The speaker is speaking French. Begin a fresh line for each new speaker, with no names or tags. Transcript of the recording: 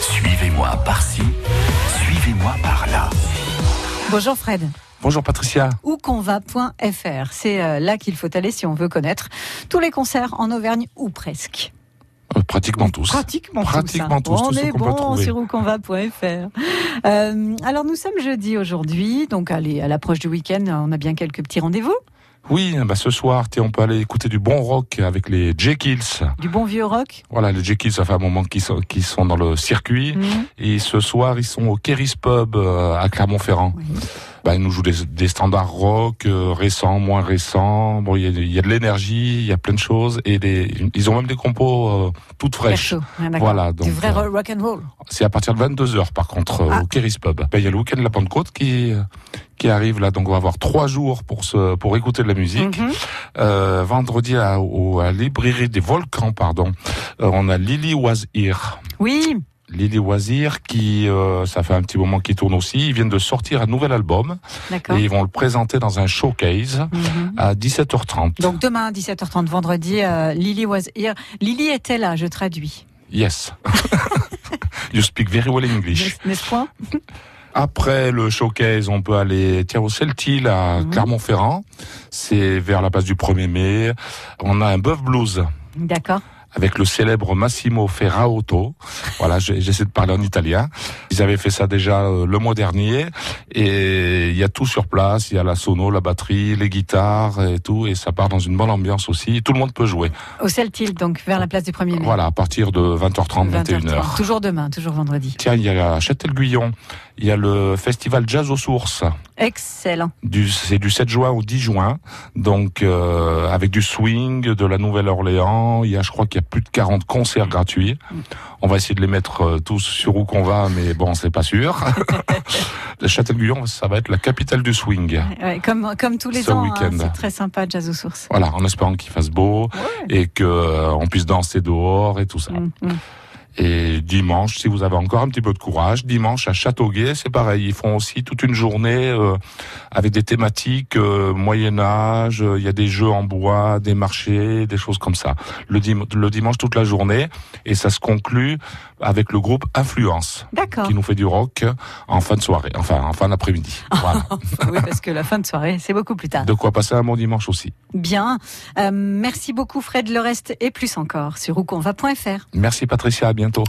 Suivez-moi par-ci, suivez-moi par-là.
Bonjour Fred.
Bonjour Patricia.
Où qu'on va.fr, c'est euh, là qu'il faut aller si on veut connaître tous les concerts en Auvergne ou presque.
Euh, Pratiquement tous.
Pratiquement,
Pratiquement
tous. hein.
tous,
On
tous ceux
est
qu'on peut
bon
trouver.
sur ouquonva.fr. Euh, alors nous sommes jeudi aujourd'hui, donc allez, à l'approche du week-end, on a bien quelques petits rendez-vous.
Oui, eh ben, ce soir, t'es- on peut aller écouter du bon rock avec les Jekylls.
Du bon vieux rock.
Voilà, les Jekylls, ça fait un moment qu'ils sont, qu'ils sont dans le circuit.
Mhm.
Et ce soir, ils sont au Keris Pub euh, à Clermont-Ferrand.
Oui.
Ben, ils nous jouent des, des standards rock, euh, récents, moins récents. Bon, il y a, il y a de l'énergie, il y a plein de choses. Et des, ils ont même des compos euh, toutes fraîches.
Perso. Ouais, d'accord.
Voilà, donc
du vrai
euh,
rock and roll.
C'est à partir de 22h par contre euh,
Ah.
au Kéris Pub. Ben, Il y a le week-end de la Pentecôte qui euh, qui arrive là, donc on va avoir trois jours pour se pour écouter de la musique.
Mhm.
Euh, vendredi à, au, à la librairie des Volcans, pardon, euh, on a Lily Wazir.
Oui,
Lily Wazir qui euh, ça fait un petit moment qu'ils tourne aussi. Ils viennent de sortir un nouvel album
d'accord.
et ils vont le présenter dans un showcase
Mhm.
à 17h30.
Donc demain, 17h30, vendredi, euh, Lily was here. Lily était là, je traduis.
Yes. you speak very well English.
N'est- N'est-ce pas
Après le showcase, on peut aller tiens, au Celtil à
Mhm.
Clermont-Ferrand. C'est vers la base du 1er mai. On a un bœuf blues
D'accord.
avec le célèbre Massimo Ferraotto. Voilà, j'ai- j'essaie de parler en italien. Ils avaient fait ça déjà euh, le mois dernier. Et il y a tout sur place. Il y a la sono, la batterie, les guitares et tout. Et ça part dans une bonne ambiance aussi. Tout le monde peut jouer.
Au Celtilt, donc vers la place du 1er mai.
Voilà, à partir de 20h30, 21h.
21h30. Toujours demain, toujours vendredi.
Tiens, il y a Châtel-Guyon. Il y a le festival Jazz aux Sources.
Excellent.
Du- c'est du 7 juin au 10 juin, donc euh, avec du swing, de la Nouvelle-Orléans. Il y a, je crois qu'il y a plus de 40 concerts gratuits. On va essayer de les mettre euh, tous sur où qu'on va, mais bon, c'est pas sûr. Châtel-Guyon, ça va être la capitale du swing.
Ouais, comme, comme tous les
Ce
ans, hein,
week-end.
c'est très sympa, Jazz aux sources.
Voilà, en espérant qu'il fasse beau et que euh, on puisse danser dehors et tout ça.
Mm, mm.
Et dimanche, si vous avez encore un petit peu de courage, dimanche à Châteauguay, c'est pareil. Ils font aussi toute une journée euh, avec des thématiques euh, Moyen Âge. euh, Il y a des jeux en bois, des marchés, des choses comme ça. Le, dim- le dimanche toute la journée, et ça se conclut avec le groupe Influence
D'accord.
qui nous fait du rock en fin de soirée, enfin en fin d'après-midi. Voilà.
Oui, parce que la fin de soirée, c'est beaucoup plus tard.
De quoi passer un bon dimanche aussi.
Bien. Euh, merci beaucoup, Fred. Le reste et plus encore sur ouconva.fr.
Merci Patricia, à bientôt.